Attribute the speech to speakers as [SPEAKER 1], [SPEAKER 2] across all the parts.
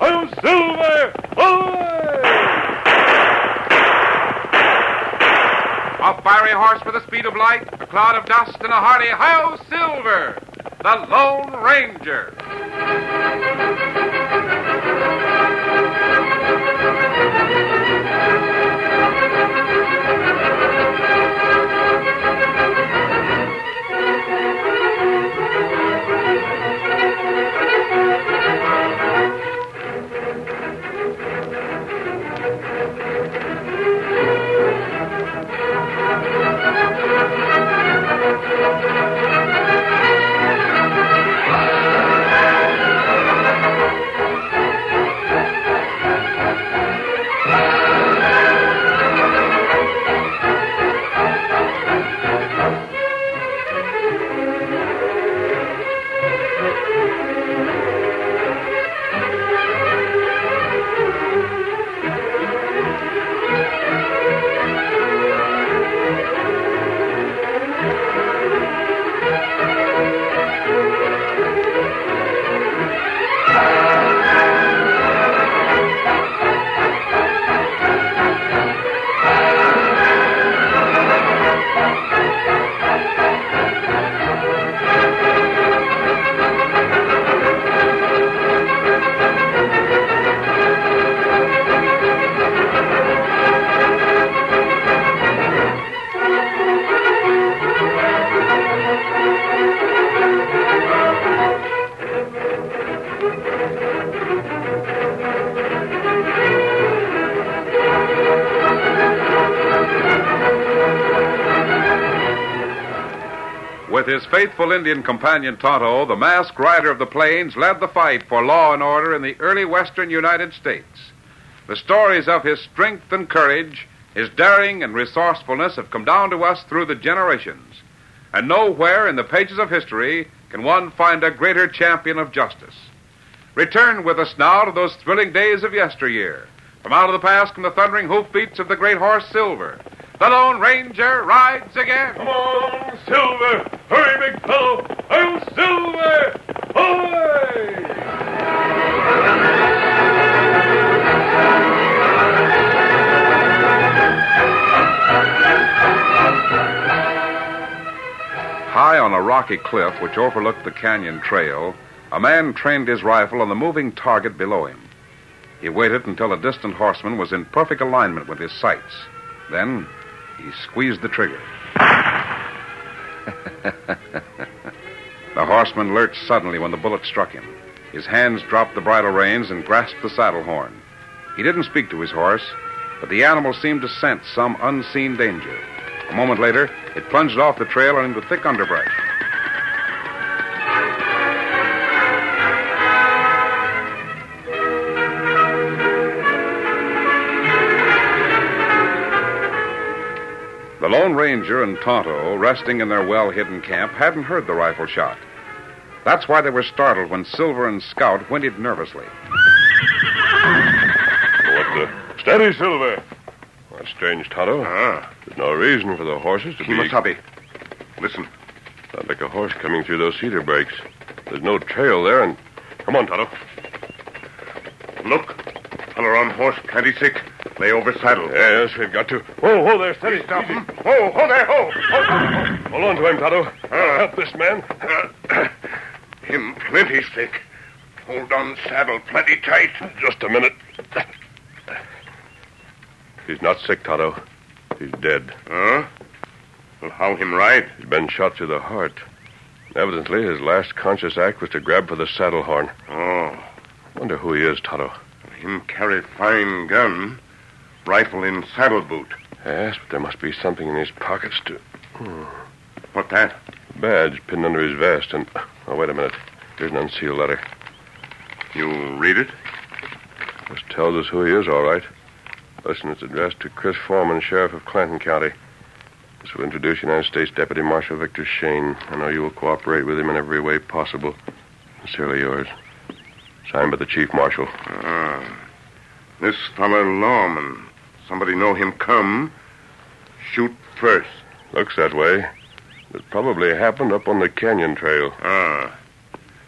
[SPEAKER 1] Oh, Silver! Away! A fiery horse with the speed of light, a cloud of dust, and a hearty Hi-oh, Silver! The Lone Ranger. With his faithful Indian companion Tonto, the masked rider of the plains led the fight for law and order in the early western United States. The stories of his strength and courage, his daring and resourcefulness have come down to us through the generations. And nowhere in the pages of history can one find a greater champion of justice. Return with us now to those thrilling days of yesteryear. From out of the past come the thundering hoofbeats of the great horse Silver. The Lone Ranger rides again. Come on, Silver! Hurry, big fellow! I'm Silver! Away! High on a rocky cliff which overlooked the canyon trail, a man trained his rifle on the moving target below him. He waited until a distant horseman was in perfect alignment with his sights. Then he squeezed the trigger. the horseman lurched suddenly when the bullet struck him. His hands dropped the bridle reins and grasped the saddle horn. He didn't speak to his horse, but the animal seemed to sense some unseen danger. A moment later, it plunged off the trail and into thick underbrush. The Lone Ranger and Tonto, resting in their well hidden camp, hadn't heard the rifle shot. That's why they were startled when Silver and Scout whinnied nervously.
[SPEAKER 2] What the? Steady, Silver. That's strange, Tonto.
[SPEAKER 1] Ah.
[SPEAKER 2] There's no reason for the horses to be.
[SPEAKER 1] Kimasabi, listen.
[SPEAKER 2] Not like a horse coming through those cedar breaks. There's no trail there, and come on, Tonto.
[SPEAKER 1] Look. Color on horse, candy sick. Lay over saddle.
[SPEAKER 2] Yes, we've got to. Whoa, whoa there, steady.
[SPEAKER 1] Stop
[SPEAKER 2] Easy.
[SPEAKER 1] him. Ho, ho there, ho!
[SPEAKER 2] Hold on to him, Tonto. I'll help this man.
[SPEAKER 1] Uh-huh. Him plenty sick. Hold on saddle plenty tight.
[SPEAKER 2] Just a minute. He's not sick, Tonto. He's dead.
[SPEAKER 1] Huh? Well, how him ride?
[SPEAKER 2] He's been shot through the heart. Evidently, his last conscious act was to grab for the saddle horn.
[SPEAKER 1] Oh,
[SPEAKER 2] Wonder who he is, Tonto.
[SPEAKER 1] him carry fine gun. Rifle in saddle boot.
[SPEAKER 2] Yes, but there must be something in his pockets to
[SPEAKER 1] What that?
[SPEAKER 2] badge pinned under his vest and oh wait a minute here's an unsealed letter
[SPEAKER 1] You read it?
[SPEAKER 2] this tells us who he is all right listen it's addressed to chris foreman sheriff of clanton county This will introduce United States Deputy Marshal Victor Shane. I know you will cooperate with him in every way possible. Sincerely yours. Signed by the Chief Marshal.
[SPEAKER 3] Ah. This feller lawman. Somebody know him come. Shoot first.
[SPEAKER 2] Looks that way. It probably happened up on the canyon trail.
[SPEAKER 3] Ah.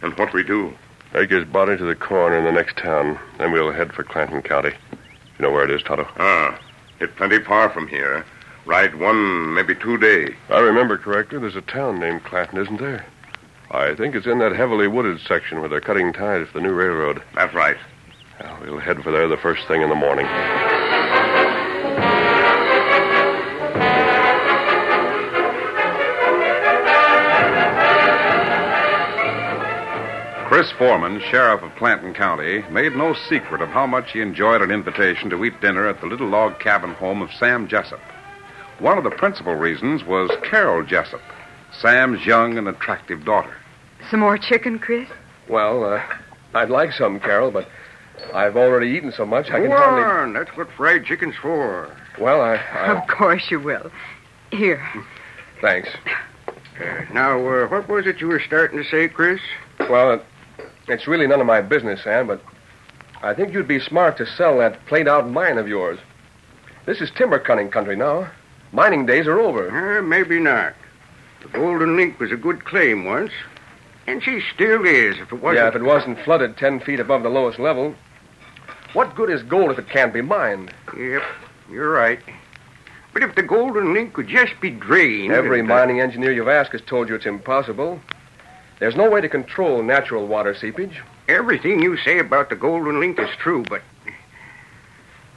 [SPEAKER 3] And what we do?
[SPEAKER 2] Take his body to the coroner in the next town. Then we'll head for Clanton County. You know where it is, Toto.
[SPEAKER 3] Ah. It plenty far from here. Ride one, maybe two day.
[SPEAKER 2] If I remember correctly, there's a town named Clanton, isn't there? I think it's in that heavily wooded section where they're cutting ties for the new railroad.
[SPEAKER 3] That's right.
[SPEAKER 2] Well, we'll head for there the first thing in the morning.
[SPEAKER 1] Chris Foreman, sheriff of Clanton County, made no secret of how much he enjoyed an invitation to eat dinner at the little log cabin home of Sam Jessup. One of the principal reasons was Carol Jessup, Sam's young and attractive daughter.
[SPEAKER 4] Some more chicken, Chris?
[SPEAKER 5] Well, uh, I'd like some, Carol, but I've already eaten so much I can hardly.
[SPEAKER 3] Warren, that's what fried chicken's for.
[SPEAKER 5] Well, uh, I, I
[SPEAKER 4] Of course you will. Here.
[SPEAKER 5] thanks.
[SPEAKER 3] Uh, now, uh, what was it you were starting to say, Chris?
[SPEAKER 5] Well, it, it's really none of my business, Sam, but I think you'd be smart to sell that played-out mine of yours. This is timber cutting country now. Mining days are
[SPEAKER 1] Hmm?
[SPEAKER 5] over.
[SPEAKER 3] Uh, maybe not. The Golden Link was a good claim once, and she still is. If it wasn't,
[SPEAKER 5] yeah, if it wasn't flooded ten feet above the lowest level, what good is gold if it can't be mined?
[SPEAKER 3] Yep, you're right. But if the Golden Link could just be drained,
[SPEAKER 5] Every
[SPEAKER 3] and-
[SPEAKER 5] mining engineer you've asked has told you it's impossible. There's no way to control natural water seepage.
[SPEAKER 3] Everything you say about the Golden Link is true, but.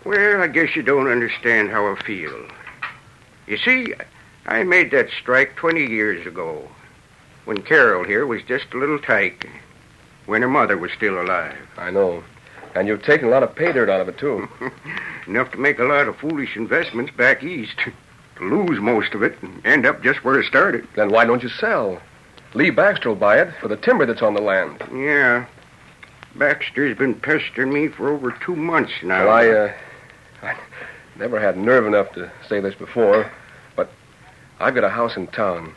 [SPEAKER 3] Well, I guess you don't understand how I feel. You see, I made that strike 20 years ago, when Carol here was just a little tyke, when her mother was still alive.
[SPEAKER 5] I know. And you've taken a lot of pay dirt out of it, too.
[SPEAKER 3] Enough to make a lot of foolish investments back east, to lose most of it, and end up just where it started.
[SPEAKER 5] Then why don't you sell? Lee Baxter will buy it for the timber that's on the land.
[SPEAKER 3] Yeah. Baxter's been pestering me for over two months now.
[SPEAKER 5] Well, I, uh, I never had nerve enough to say this before, but I've got a house in town.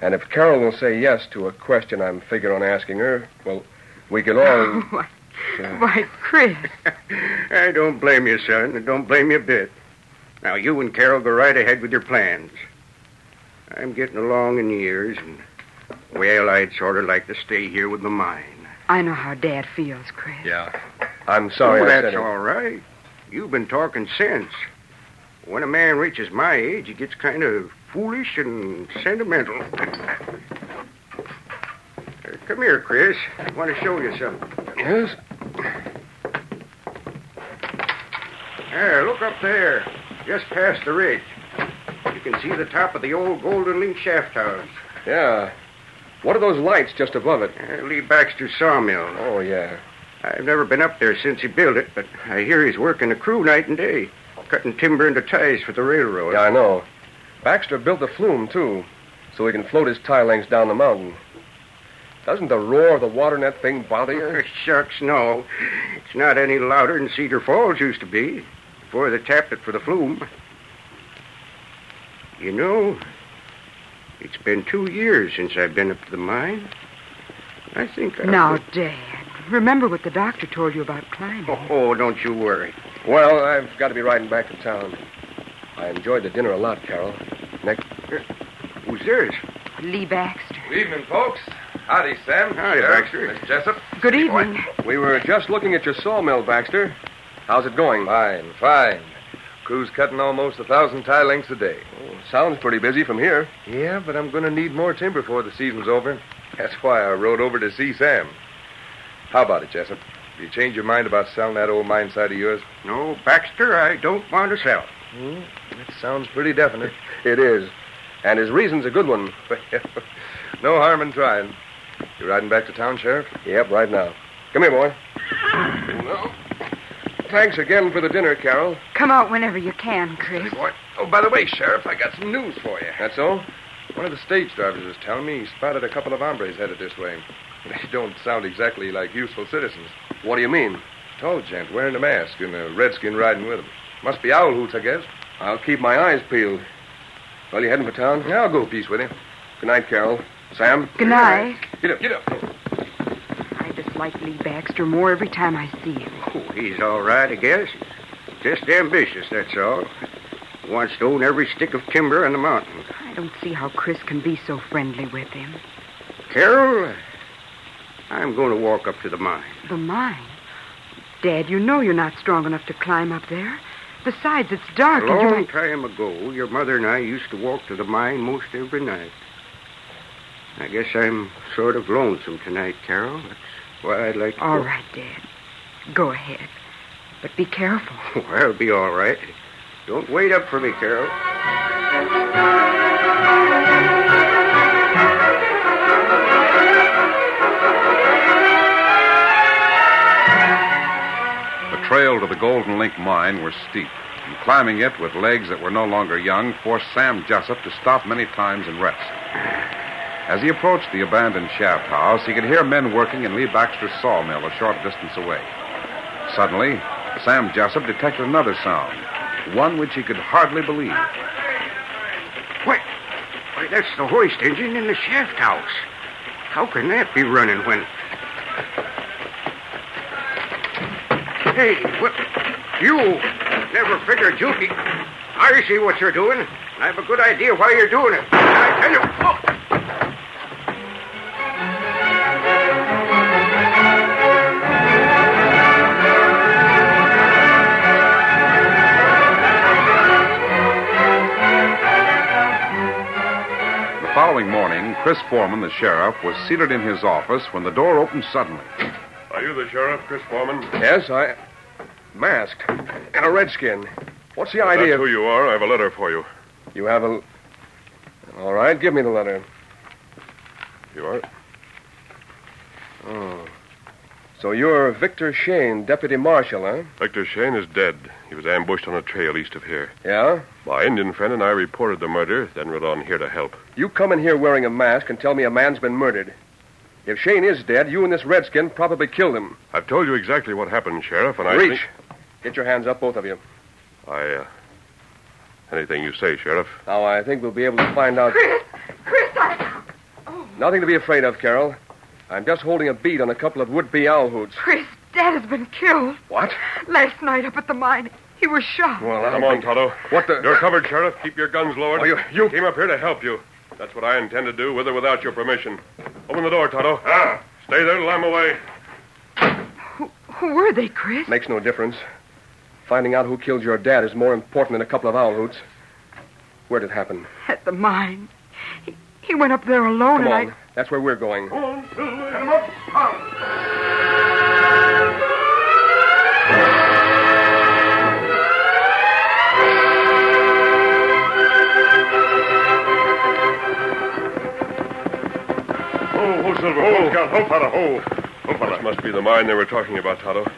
[SPEAKER 5] And if Carol will say yes to a question I'm figuring on asking her, well, we could all.
[SPEAKER 4] Why, why, Chris.
[SPEAKER 3] I don't blame you, son. I don't blame you a bit. Now, you and Carol go right ahead with your plans. I'm getting along in years, and, well, I'd sort of like to stay here with the mine.
[SPEAKER 4] I know how Dad feels, Chris.
[SPEAKER 5] Yeah. I'm sorry
[SPEAKER 3] oh,
[SPEAKER 5] I said
[SPEAKER 3] that's
[SPEAKER 5] it.
[SPEAKER 3] all right. You've been talking sense. When a man reaches my age, he gets kind of foolish and sentimental. Uh, Come here, Chris. I want to show you something.
[SPEAKER 5] Yes?
[SPEAKER 3] There, look up there. Just past the ridge. You can see the top of the old Golden Link shaft house.
[SPEAKER 5] Yeah. What are those lights just above it?
[SPEAKER 3] Uh, Lee Baxter's sawmill.
[SPEAKER 5] Oh, yeah.
[SPEAKER 3] I've never been up there since he built it, but I hear he's working a crew night and day, cutting timber into ties for the railroad.
[SPEAKER 5] Yeah, I know. Baxter built the flume, too, so he can float his tie lengths down the mountain. Doesn't the roar of the water in that thing bother you?
[SPEAKER 3] Shucks, no. It's not any louder than Cedar Falls used to be before they tapped it for the flume. You know, it's been two years since I've been up to the mine. I think I.
[SPEAKER 4] Now, Dad, remember what the doctor told you about climbing.
[SPEAKER 3] Oh, oh, don't you worry.
[SPEAKER 5] Well, I've got to be riding back to town. I enjoyed the dinner a lot, Carol. Next.
[SPEAKER 3] Who's this?
[SPEAKER 5] Oh.
[SPEAKER 4] Lee Baxter.
[SPEAKER 6] Good evening, folks. Howdy, Sam.
[SPEAKER 3] Howdy,
[SPEAKER 6] Sheriff,
[SPEAKER 3] Baxter.
[SPEAKER 6] Miss Jessup.
[SPEAKER 4] Good evening.
[SPEAKER 5] We were just looking at your sawmill, Baxter. How's it going?
[SPEAKER 6] Fine, fine. Crew's cutting almost a thousand tie lengths a day.
[SPEAKER 5] Oh, Sounds pretty busy from here.
[SPEAKER 6] Yeah, but I'm going to need more timber before the season's over. That's why I rode over to see Sam. How about it, Jessup? Have you changed your mind about selling that old mine site of yours? Hmm,
[SPEAKER 3] No, Baxter, I don't want to sell.
[SPEAKER 6] That sounds pretty definite.
[SPEAKER 5] It is. And his reason's a good one.
[SPEAKER 6] no harm in trying. You riding back to town, Sheriff?
[SPEAKER 5] Yep, right now. Come here, boy. Thanks again for the dinner, Carol.
[SPEAKER 4] Come out whenever you can, Chris.
[SPEAKER 6] Boy. Oh, by the way, Sheriff, I got some news for you.
[SPEAKER 5] That's all?
[SPEAKER 6] One of the stage drivers was telling me he spotted a couple of hombres headed this way. They don't sound exactly like useful citizens.
[SPEAKER 5] What do you mean?
[SPEAKER 6] Tall gent wearing a mask and a redskin riding with him. Must be owl hoots, I guess.
[SPEAKER 5] I'll keep my eyes peeled. Well, you heading for town? Yeah, I'll go a piece with you. Good night, Carol. Sam?
[SPEAKER 4] Good night.
[SPEAKER 5] Get up, get up.
[SPEAKER 4] I dislike Lee Baxter more every time I see him.
[SPEAKER 3] Oh, he's all right, I guess. Just ambitious, that's all. Wants to own every stick of timber on the mountain.
[SPEAKER 4] I don't see how Chris can be so friendly with him.
[SPEAKER 3] Carol, I'm going to walk up to the mine.
[SPEAKER 4] The mine. Dad, you know you're not strong enough to climb up there. Besides, it's
[SPEAKER 3] A
[SPEAKER 4] dark and you
[SPEAKER 3] long
[SPEAKER 4] might...
[SPEAKER 3] time ago, your mother and I used to walk to the mine most every night. I guess I'm sort of lonesome tonight, Carol. That's why I'd like to.
[SPEAKER 4] All
[SPEAKER 3] go-
[SPEAKER 4] right, Dad. Go ahead. But be careful.
[SPEAKER 3] Oh, I'll be all right. Don't wait up for me, Carol. uh,
[SPEAKER 1] The trail to the Golden Link mine was steep, and climbing it with legs that were no longer young forced Sam Jessup to stop many times and rest. As he approached the abandoned shaft house, he could hear men working in Lee Baxter's sawmill a short distance away. Suddenly, Sam Jessup detected another sound, one which he could hardly believe.
[SPEAKER 3] What? Why, that's the hoist engine in the shaft house. How can that be running when. Hey, what? You never figured you'd be. I see what you're doing. and I have a good idea why you're doing it. I tell you. Oh,
[SPEAKER 1] The following morning, Chris Foreman, the sheriff, was seated in his office when the door opened suddenly.
[SPEAKER 2] Are you the sheriff, Chris Foreman?
[SPEAKER 3] oh.
[SPEAKER 5] Yes, I. Masked. And a redskin. What's the idea?
[SPEAKER 2] That's who you are. I have a letter for you.
[SPEAKER 5] You have a. All right, give me the letter.
[SPEAKER 2] You are?
[SPEAKER 5] Oh. So you're Victor Shane, deputy marshal, huh?
[SPEAKER 2] Hector Shane is dead. He was ambushed on a trail east of here.
[SPEAKER 5] Yeah?
[SPEAKER 2] My Indian friend and I reported the murder, then rode on here to help.
[SPEAKER 5] You come in here wearing a mask and tell me a man's been murdered. If Shane is dead, you and this redskin probably killed him.
[SPEAKER 2] I've told you exactly what happened, Sheriff, and I
[SPEAKER 5] Reach.
[SPEAKER 2] think-
[SPEAKER 5] Get your hands up, both of you.
[SPEAKER 2] I, uh... Anything you say, Sheriff.
[SPEAKER 5] Now, I think we'll be able to find out.
[SPEAKER 4] Chris! Chris, I...
[SPEAKER 5] Nothing to be afraid of, Carol. I'm just holding a bead on a couple of would-be owl hoots.
[SPEAKER 4] Chris, Dad has been killed.
[SPEAKER 5] What?
[SPEAKER 4] Last night up at the mine, he was shot.
[SPEAKER 5] Well, I
[SPEAKER 2] Come
[SPEAKER 5] don't
[SPEAKER 2] on,
[SPEAKER 5] think-
[SPEAKER 2] Toto.
[SPEAKER 5] What the?
[SPEAKER 2] You're covered, Sheriff. Keep your guns lowered.
[SPEAKER 5] Oh, you- you-
[SPEAKER 2] came up here to help you. That's what I intend to do, with or without your permission. Open the door, Toto. Ah, stay there till I'm away.
[SPEAKER 4] Who were they, Chris?
[SPEAKER 5] Makes no difference. Finding out who killed your dad is more important than a couple of owl hoots. Where did it happen?
[SPEAKER 4] At the mine. He, he went up there alone,
[SPEAKER 5] Come
[SPEAKER 4] and
[SPEAKER 5] on. That's where we're going.
[SPEAKER 2] Ho, ho, Silver. Ho, Scout. Ho, fella. Ho. Ho, fella. This must be the mine they were talking about, Toto.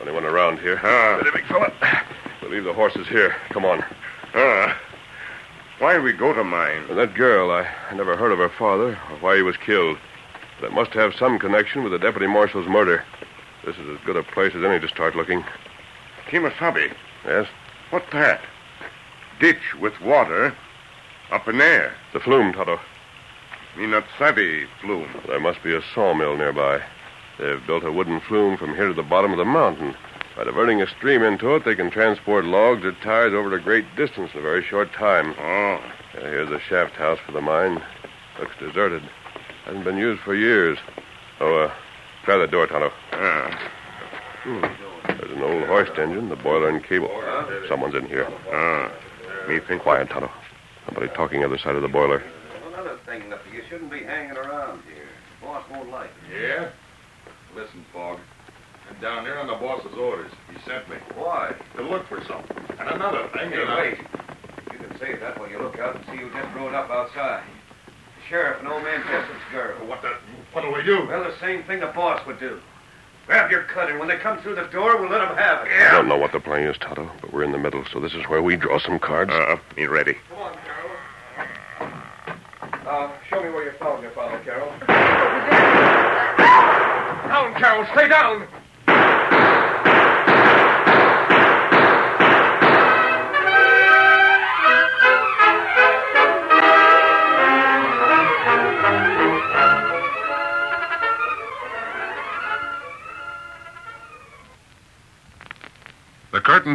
[SPEAKER 2] Only one around here. Ah. Steady, big fella. We'll leave the horses here. Come on. Ah. Why we go to mine? that girl, I, I never heard of her father or why he was killed. That must have some connection with the deputy marshal's murder. This is as good a place as any to start looking.
[SPEAKER 7] Kimasabi,
[SPEAKER 2] Yes?
[SPEAKER 7] what that? Ditch with water up in air.
[SPEAKER 2] The flume, Toto.
[SPEAKER 7] Me not savvy flume.
[SPEAKER 2] There must be a sawmill nearby. They've built a wooden flume from here to the bottom of the mountain. By diverting a stream into it, they can transport logs or tires over a great distance in a very short time.
[SPEAKER 7] Oh,
[SPEAKER 2] Uh, here's the shaft house for the mine. Looks deserted. Hasn't been used for years. Oh, uh, try that door, Tonto. Hmm.
[SPEAKER 7] ah,
[SPEAKER 2] There's an old hoist engine, the boiler and cable. Someone's in here.
[SPEAKER 7] ah. Me think
[SPEAKER 2] Quiet, Tonto. Somebody talking the other side of the boiler.
[SPEAKER 8] Another thing, Lippy, you shouldn't be hanging around here. Boss won't like it.
[SPEAKER 7] Yeah? Listen, Fogg. I'm down there on the boss's orders. He sent me
[SPEAKER 8] Why?
[SPEAKER 7] to look for something. And another thing.
[SPEAKER 8] Hey, wait. You can save that while you look out and see who just rode up outside. The sheriff and old man Jessup's girl.
[SPEAKER 7] What the? What'll we do?
[SPEAKER 8] Well, the same thing the boss would do. Grab your cut, and when they come through the door, we'll let 'em have it.
[SPEAKER 2] I don't know what the play is, Tonto, but we're in the middle, so this is where we draw some cards.
[SPEAKER 7] Uh, me ready.
[SPEAKER 5] Come on, Carol. Uh, show me where you found your father, Carol. Down, Carol, stay down.
[SPEAKER 4] I...
[SPEAKER 1] curtain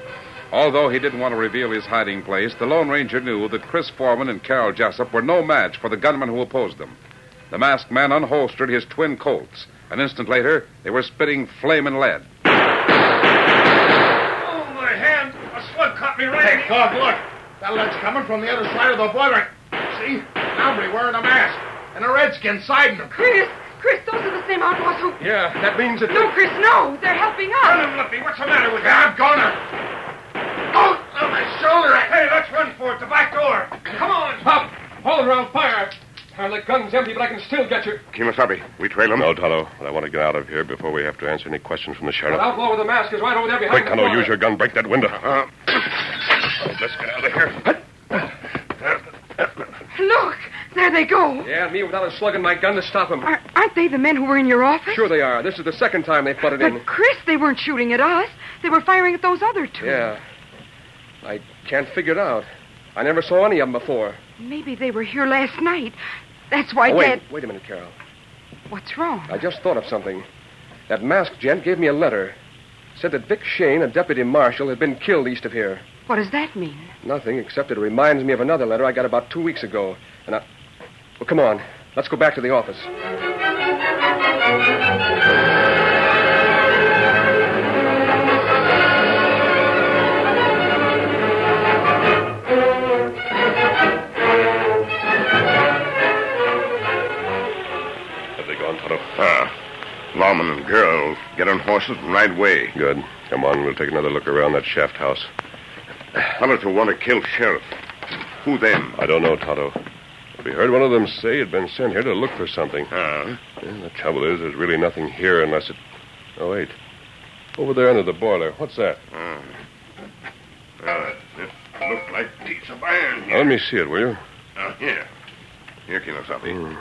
[SPEAKER 1] Although he didn't want to reveal his hiding place, the Lone Ranger knew that Chris Foreman and Carol Jessup were no match for the gunmen who opposed them. The masked man unholstered his twin Colts. An instant later, they were spitting flame and lead.
[SPEAKER 9] Oh, my hand! A slug caught me right Hey, Doug, look. That lead's coming from the other side of the boiler. See? Hombre wearing a mask. And a redskin siding him.
[SPEAKER 4] Chris! Chris, those are the same outlaws who.
[SPEAKER 9] Yeah, that means that...
[SPEAKER 4] No, Chris, no! They're helping us!
[SPEAKER 9] Run him, Lippy. What's the matter with you? I'm gonna. Oh, on my shoulder. Hey, let's run for it. The back door. Come on. Pop, hold around fire. The gun's empty, but I can still get you.
[SPEAKER 2] Kimasabi, we trail him? No, Tonto. But I want to get out of here before we have to answer any questions from the
[SPEAKER 9] That
[SPEAKER 2] sheriff.
[SPEAKER 9] outlaw with the mask is right over there behind
[SPEAKER 2] Quick,
[SPEAKER 9] the
[SPEAKER 2] Tonto,
[SPEAKER 9] door.
[SPEAKER 2] use your gun. Break that window.
[SPEAKER 9] Let's get out of here.
[SPEAKER 4] Look! There they go!
[SPEAKER 5] Yeah, and me without a slug in my gun to stop them.
[SPEAKER 4] Are, aren't they the men who were in your office?
[SPEAKER 5] Sure they are. This is the second time they've butted in.
[SPEAKER 4] But, Chris, they weren't shooting at us. They were firing at those other two.
[SPEAKER 5] Yeah. I can't figure it out. I never saw any of them before.
[SPEAKER 4] Maybe they were here last night. That's why
[SPEAKER 5] Oh,
[SPEAKER 4] Dad.
[SPEAKER 5] wait, wait a minute, Carol.
[SPEAKER 4] What's wrong?
[SPEAKER 5] I just thought of something. That masked gent gave me a letter. Said that Vic Shane, a deputy marshal, had been killed east of here.
[SPEAKER 4] What does that mean?
[SPEAKER 5] Nothing, except it reminds me of another letter I got about two weeks ago. And I. Well, come on. Let's go back to the office.
[SPEAKER 2] Have they gone, Tonto?
[SPEAKER 10] Ah, lawman and girl, get on horses and ride away.
[SPEAKER 2] Good. Come on, we'll take another look around that shaft house.
[SPEAKER 10] Hunters who want to kill sheriff. Who them?
[SPEAKER 2] I don't know, Tonto. We heard one of them say he'd been sent here to look for something.
[SPEAKER 10] Huh?
[SPEAKER 2] the trouble is, there's really nothing here unless it. Oh, wait. Over there under the boiler. What's that?
[SPEAKER 10] Uh, it looked like a piece of iron.
[SPEAKER 2] Now, let me see it, will you?
[SPEAKER 10] Uh, here. Here, Kinosabe.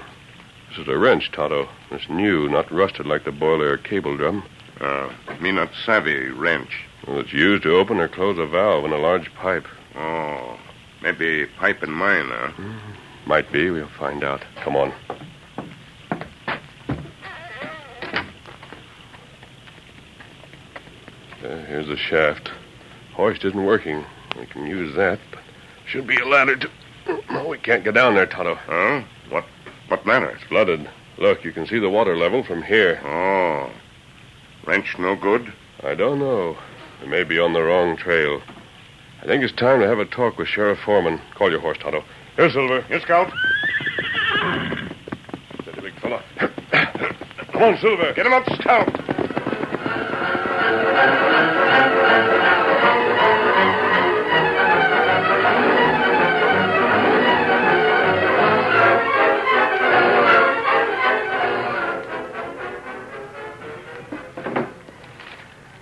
[SPEAKER 2] This is a wrench, Tonto. It's new, not rusted like the boiler or cable drum.
[SPEAKER 10] Uh, me not savvy wrench.
[SPEAKER 2] Well, it's used to open or close a valve in a large pipe.
[SPEAKER 10] Oh, maybe pipe and mine, huh?
[SPEAKER 2] Might be. We'll find out. Come on. Uh, here's the shaft. Hoist isn't working. We can use that. But should be a ladder to. No, we can't get down there, Tonto.
[SPEAKER 10] Huh? What? What matter?
[SPEAKER 2] It's flooded. Look, you can see the water level from here.
[SPEAKER 10] Oh. Wrench no good?
[SPEAKER 2] I don't know. We may be on the wrong trail. I think it's time to have a talk with Sheriff Foreman. Call your horse, Tonto. Here, Silver.
[SPEAKER 10] Yes, Scout.
[SPEAKER 2] Steady, big fella. Come on, Silver.
[SPEAKER 10] Get him up, Scout.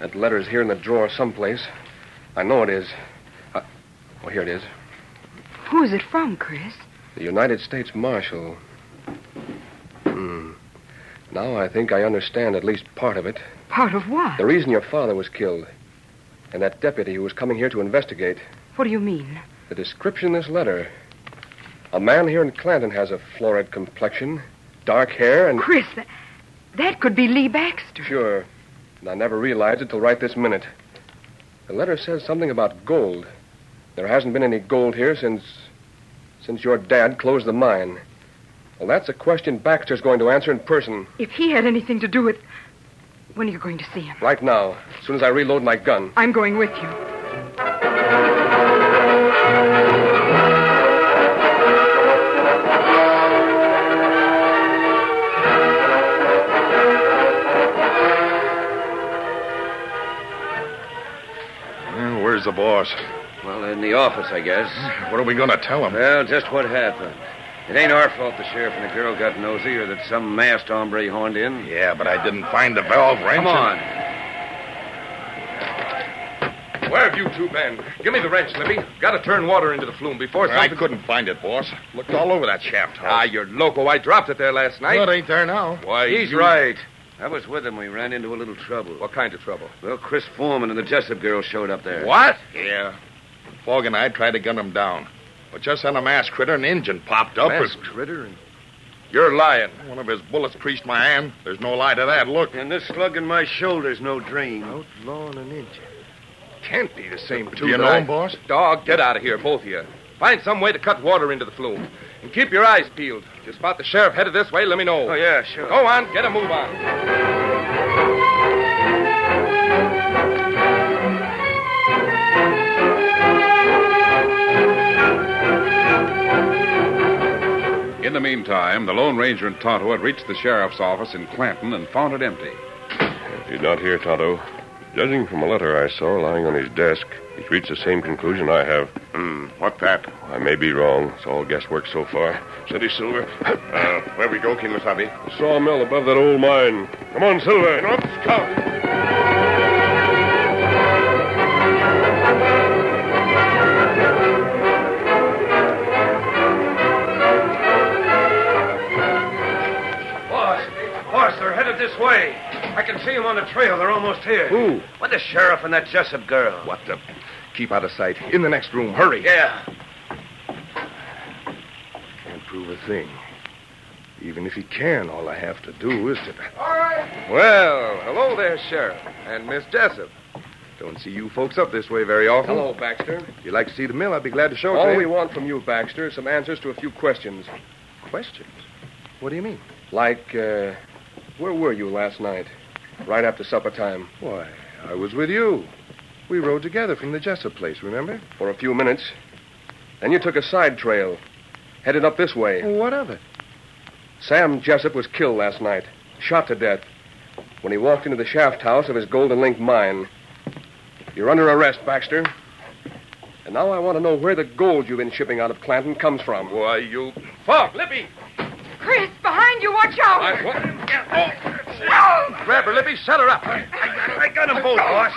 [SPEAKER 5] That letter's here in the drawer someplace. I know it is. Uh, well, here it is.
[SPEAKER 4] Who is it from, Chris?
[SPEAKER 5] The United States Marshal. Hmm. Now I think I understand at least part of it.
[SPEAKER 4] Part of what?
[SPEAKER 5] The reason your father was killed, and that deputy who was coming here to investigate,
[SPEAKER 4] What do you mean?
[SPEAKER 5] the description in this letter. A man here in Clanton has a florid complexion, dark hair, and.
[SPEAKER 4] Chris, that, that could be Lee Baxter.
[SPEAKER 5] Sure. And I never realized it till right this minute. The letter says something about gold. There hasn't been any gold here since. since your dad closed the mine. Well, that's a question Baxter's going to answer in person
[SPEAKER 4] If he had anything to do with. When are you going to see him?
[SPEAKER 5] right now, as soon as I reload my gun.
[SPEAKER 4] I'm going with you.
[SPEAKER 10] where's the boss?
[SPEAKER 8] Well, in the office, I guess.
[SPEAKER 10] What are we going to tell him?
[SPEAKER 8] Well, just what happened. It ain't our fault the sheriff and the girl got nosy or that some masked hombre horned in.
[SPEAKER 10] Yeah, but I didn't find the valve wrench.
[SPEAKER 8] Come on.
[SPEAKER 5] Where have you two been? Give me the wrench, Lippy. Got to turn water into the flume before
[SPEAKER 11] I
[SPEAKER 5] something...
[SPEAKER 11] couldn't find it, boss. Looked all over that shaft.
[SPEAKER 5] Ah, you're loco. I dropped it there last night.
[SPEAKER 11] Well, it ain't there now.
[SPEAKER 5] Why, He's
[SPEAKER 11] you-
[SPEAKER 5] right.
[SPEAKER 3] I was with him. We ran into a little trouble.
[SPEAKER 5] What kind of trouble?
[SPEAKER 3] Well, Chris Foreman and the Jessup girl showed up there.
[SPEAKER 11] What? Yeah. Fogg and I tried to gun him down. But just then a mass critter, an engine popped up.
[SPEAKER 5] Mass
[SPEAKER 11] and-
[SPEAKER 5] critter and...
[SPEAKER 11] You're lying. One of his bullets creased my hand. There's no lie to that. Look.
[SPEAKER 3] And this slug in my shoulder's no dream.
[SPEAKER 5] Outlaw and an engine. Can't be the same two.
[SPEAKER 11] Do you
[SPEAKER 5] that
[SPEAKER 11] know
[SPEAKER 5] I-
[SPEAKER 11] him, boss?
[SPEAKER 5] Dog, get out of here, both of you. Find some way to cut water into the flume. And keep your eyes peeled. If you spot the sheriff headed this way, let me know.
[SPEAKER 3] Oh, yeah, sure.
[SPEAKER 5] Go on, get a move on.
[SPEAKER 1] In the meantime, the Lone Ranger and Tonto had reached the sheriff's office in Clanton and found it empty.
[SPEAKER 2] He's not here, Tonto. Judging from a letter I saw lying on his desk, he's reached the same conclusion I have. Hmm. What that? I may be wrong. It's all guesswork so far. City Silver. uh, where we go, King Wasabi? The sawmill above that old mine. Come on, Silver. Interrupt scout.
[SPEAKER 12] Boss, boss, they're headed this way. I can see them on the trail. They're almost here.
[SPEAKER 5] Who?
[SPEAKER 12] Well, the sheriff and that Jessup girl.
[SPEAKER 5] What the? Keep out of sight. In the next room. Hurry.
[SPEAKER 12] Yeah.
[SPEAKER 5] Can't prove a thing. Even if he can, all I have to do is to.
[SPEAKER 12] All right.
[SPEAKER 5] Well, hello there, Sheriff. And Miss Jessup. Don't see you folks up this way very often.
[SPEAKER 13] Hello, Baxter.
[SPEAKER 5] If you'd like to see the mill, I'd be glad to show it to
[SPEAKER 13] All
[SPEAKER 5] you.
[SPEAKER 13] Hmm? we want from you, Baxter, is some answers to a few questions.
[SPEAKER 5] Questions? What do you mean?
[SPEAKER 13] Like, uh, where were you last night? Right after supper time.
[SPEAKER 5] Why, I was with you. We rode together from the Jessup place, remember?
[SPEAKER 13] For a few minutes. Then you took a side trail, headed up this way.
[SPEAKER 5] What of it?
[SPEAKER 13] Sam Jessup was killed last night, shot to death, when he walked into the shaft house of his Golden Link mine. You're under arrest, Baxter. And now I want to know where the gold you've been shipping out of Clanton comes from.
[SPEAKER 5] Why, you.
[SPEAKER 13] Fuck!
[SPEAKER 5] Lippy!
[SPEAKER 4] Chris, behind you, watch out!
[SPEAKER 5] I, what?
[SPEAKER 4] Oh!
[SPEAKER 5] Grab her, Lippy. Set her up.
[SPEAKER 12] I got them both, boss.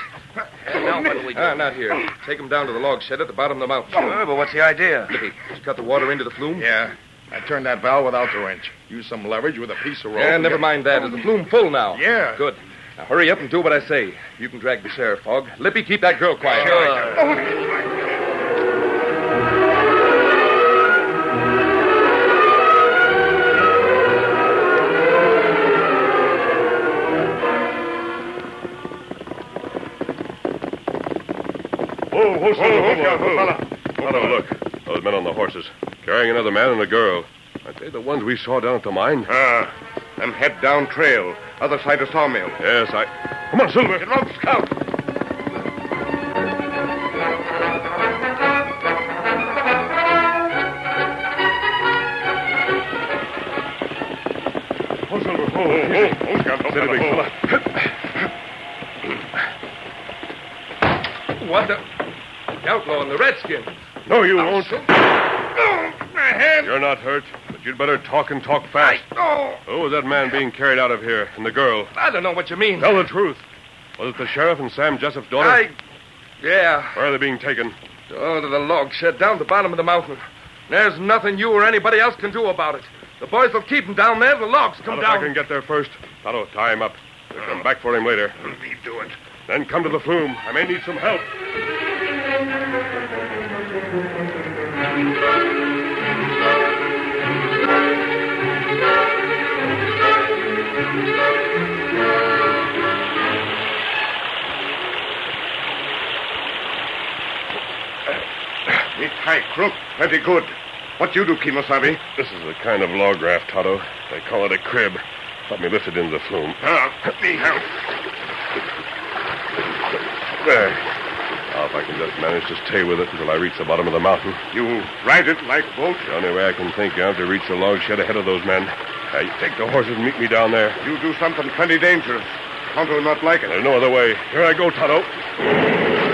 [SPEAKER 5] now what do we do? Uh, not here. Take him down to the log shed at the bottom of the mountain.
[SPEAKER 12] Sure, but what's the idea?
[SPEAKER 5] Lippy, just cut the water into the flume.
[SPEAKER 11] Yeah. I turned that valve without the wrench. Used some leverage with a piece of rope.
[SPEAKER 5] Yeah, never mind that. Is the flume full now?
[SPEAKER 11] Yeah.
[SPEAKER 5] Good. Now hurry up and do what I say. You can drag the sheriff, Fogg. Lippy, keep that girl quiet.
[SPEAKER 2] Whoa, whoa,
[SPEAKER 14] whoa, whoa,
[SPEAKER 2] Tonto, look. Those men on the horses, carrying another man and a girl. Aren't they the ones we saw down at the mine? Ah, and head down trail, other side of sawmill. Yes, I. Come on, Silver. Get rope, scout.
[SPEAKER 14] Oh, Silver. Oh, oh, oh, oh, Scout. Steady, big fella.
[SPEAKER 5] What the? The outlaw and the redskin.
[SPEAKER 2] No, you won't.
[SPEAKER 12] My hand.
[SPEAKER 2] You're not hurt, but you'd better talk and talk fast.
[SPEAKER 12] Oh,
[SPEAKER 2] Who was that man being carried out of here and the girl?
[SPEAKER 5] I don't know what you mean.
[SPEAKER 2] Tell the truth. Was it the sheriff and Sam Jessup's daughter?
[SPEAKER 5] I. Yeah.
[SPEAKER 2] Where are they being taken?
[SPEAKER 5] Oh, to the log shed down at the bottom of the mountain. There's nothing you or anybody else can do about it. The boys will keep him down there. The logs come
[SPEAKER 2] Not if I
[SPEAKER 5] down.
[SPEAKER 2] can get there first. Tonto, tie him up. We'll come back for him later.
[SPEAKER 14] He do it.
[SPEAKER 2] Then come to the flume. I may need some help.
[SPEAKER 14] It's high crook. Pretty good. What you do, Kimosabe?
[SPEAKER 2] This is the kind of log raft, Tonto. They call it a crib. Help me lift it into the flume.
[SPEAKER 14] Ah, let me help.
[SPEAKER 2] There. Now, if I can just manage to stay with it until I reach the bottom of the mountain.
[SPEAKER 14] You ride it like boat.
[SPEAKER 2] The only way I can think of to reach the log shed ahead of those men. Now, you take the horses and meet me down there.
[SPEAKER 14] You do something plenty dangerous. Tonto will not like it.
[SPEAKER 2] There's no other way. Here I go, Tonto.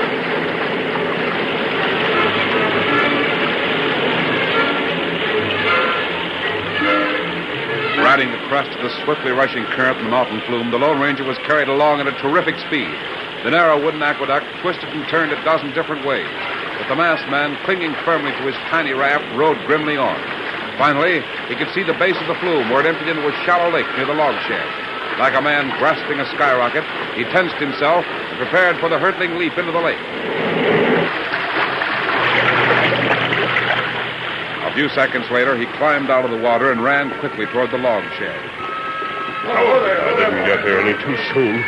[SPEAKER 1] Riding the crest of the swiftly rushing current and mountain flume, the Lone Ranger was carried along at a terrific speed. The narrow wooden aqueduct twisted and turned a dozen different ways, but the masked man, clinging firmly to his tiny raft, rode grimly on. Finally, he could see the base of the flume where it emptied into a shallow lake near the log shack. Like a man grasping a skyrocket, he tensed himself and prepared for the hurtling leap into the lake. A few seconds later, he climbed out of the water and ran quickly toward the log shack.
[SPEAKER 10] I didn't get there any too soon.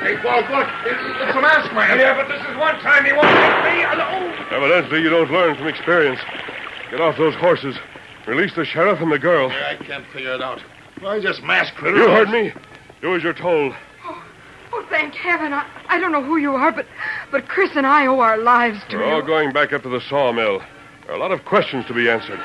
[SPEAKER 9] Hey, Walt, look. It's, it's a masked man. Yeah, but this is one time he won't hit me. Oh,
[SPEAKER 10] Evidently, you don't learn from experience. Get off those horses. Release the sheriff and the girl.
[SPEAKER 15] I can't figure it out. Why this masked critter?
[SPEAKER 10] You heard me. Do as you're told.
[SPEAKER 4] Oh, thank heaven. I, I don't know who you are, but, but Chris and I owe our lives to
[SPEAKER 10] We're all going back up to the sawmill. There are a lot of questions to be answered.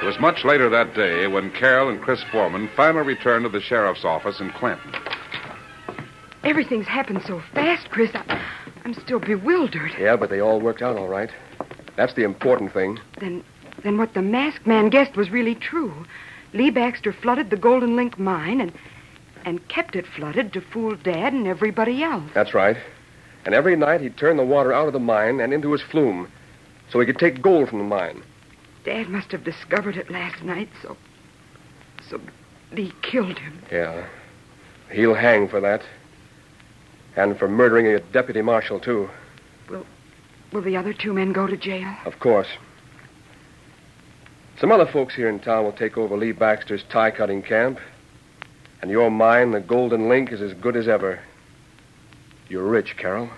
[SPEAKER 1] It was much later that day when Carol and Chris Foreman finally returned to the sheriff's office in Clinton.
[SPEAKER 4] Everything's happened so fast, Chris. I, I'm still bewildered.
[SPEAKER 5] Yeah, but they all worked out all right. That's the important thing.
[SPEAKER 4] Then, then what the masked man guessed was really true. Lee Baxter flooded the Golden Link mine and, and kept it flooded to fool Dad and everybody else.
[SPEAKER 5] That's right. And every night he'd turn the water out of the mine and into his flume so he could take gold from the mine.
[SPEAKER 4] Dad must have discovered it last night, so, so Lee killed him.
[SPEAKER 5] Yeah. He'll hang for that. And for murdering a deputy marshal, too,
[SPEAKER 4] Will the other two men go to jail?
[SPEAKER 5] of course. Some other folks here in town will take over Lee Baxter's tie cutting camp. And your mine, the Golden Link, is as good as ever. You're rich, Carol.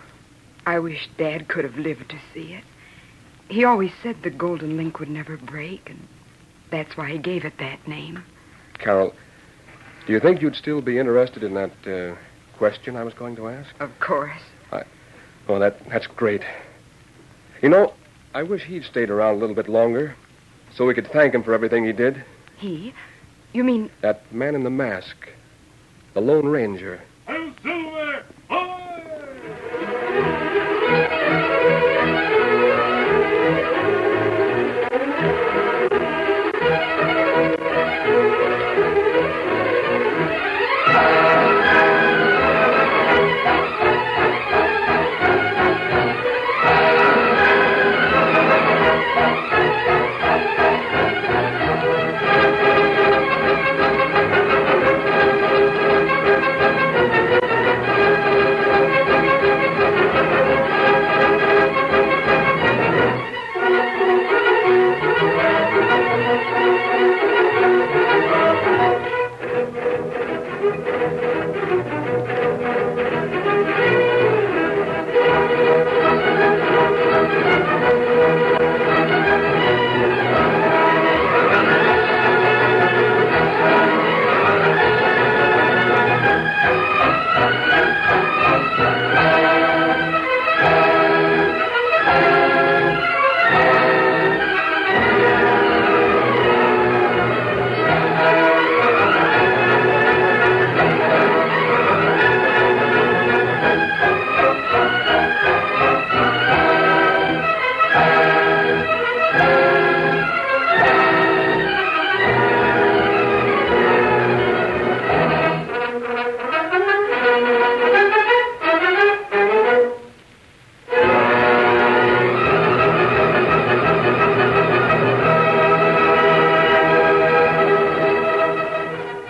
[SPEAKER 4] I wish Dad could have lived to see it. He always said the Golden Link would never break, and that's why he gave it that name.
[SPEAKER 5] Carol, do you think you'd still be interested in that uh, question I was going to ask?
[SPEAKER 4] Of course.
[SPEAKER 5] Oh, that, that's great. You know, I wish he'd stayed around a little bit longer so we could thank him for everything he did.
[SPEAKER 4] He? You mean
[SPEAKER 5] That man in the mask, the Lone Ranger.
[SPEAKER 9] no. Silver!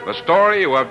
[SPEAKER 1] The story you have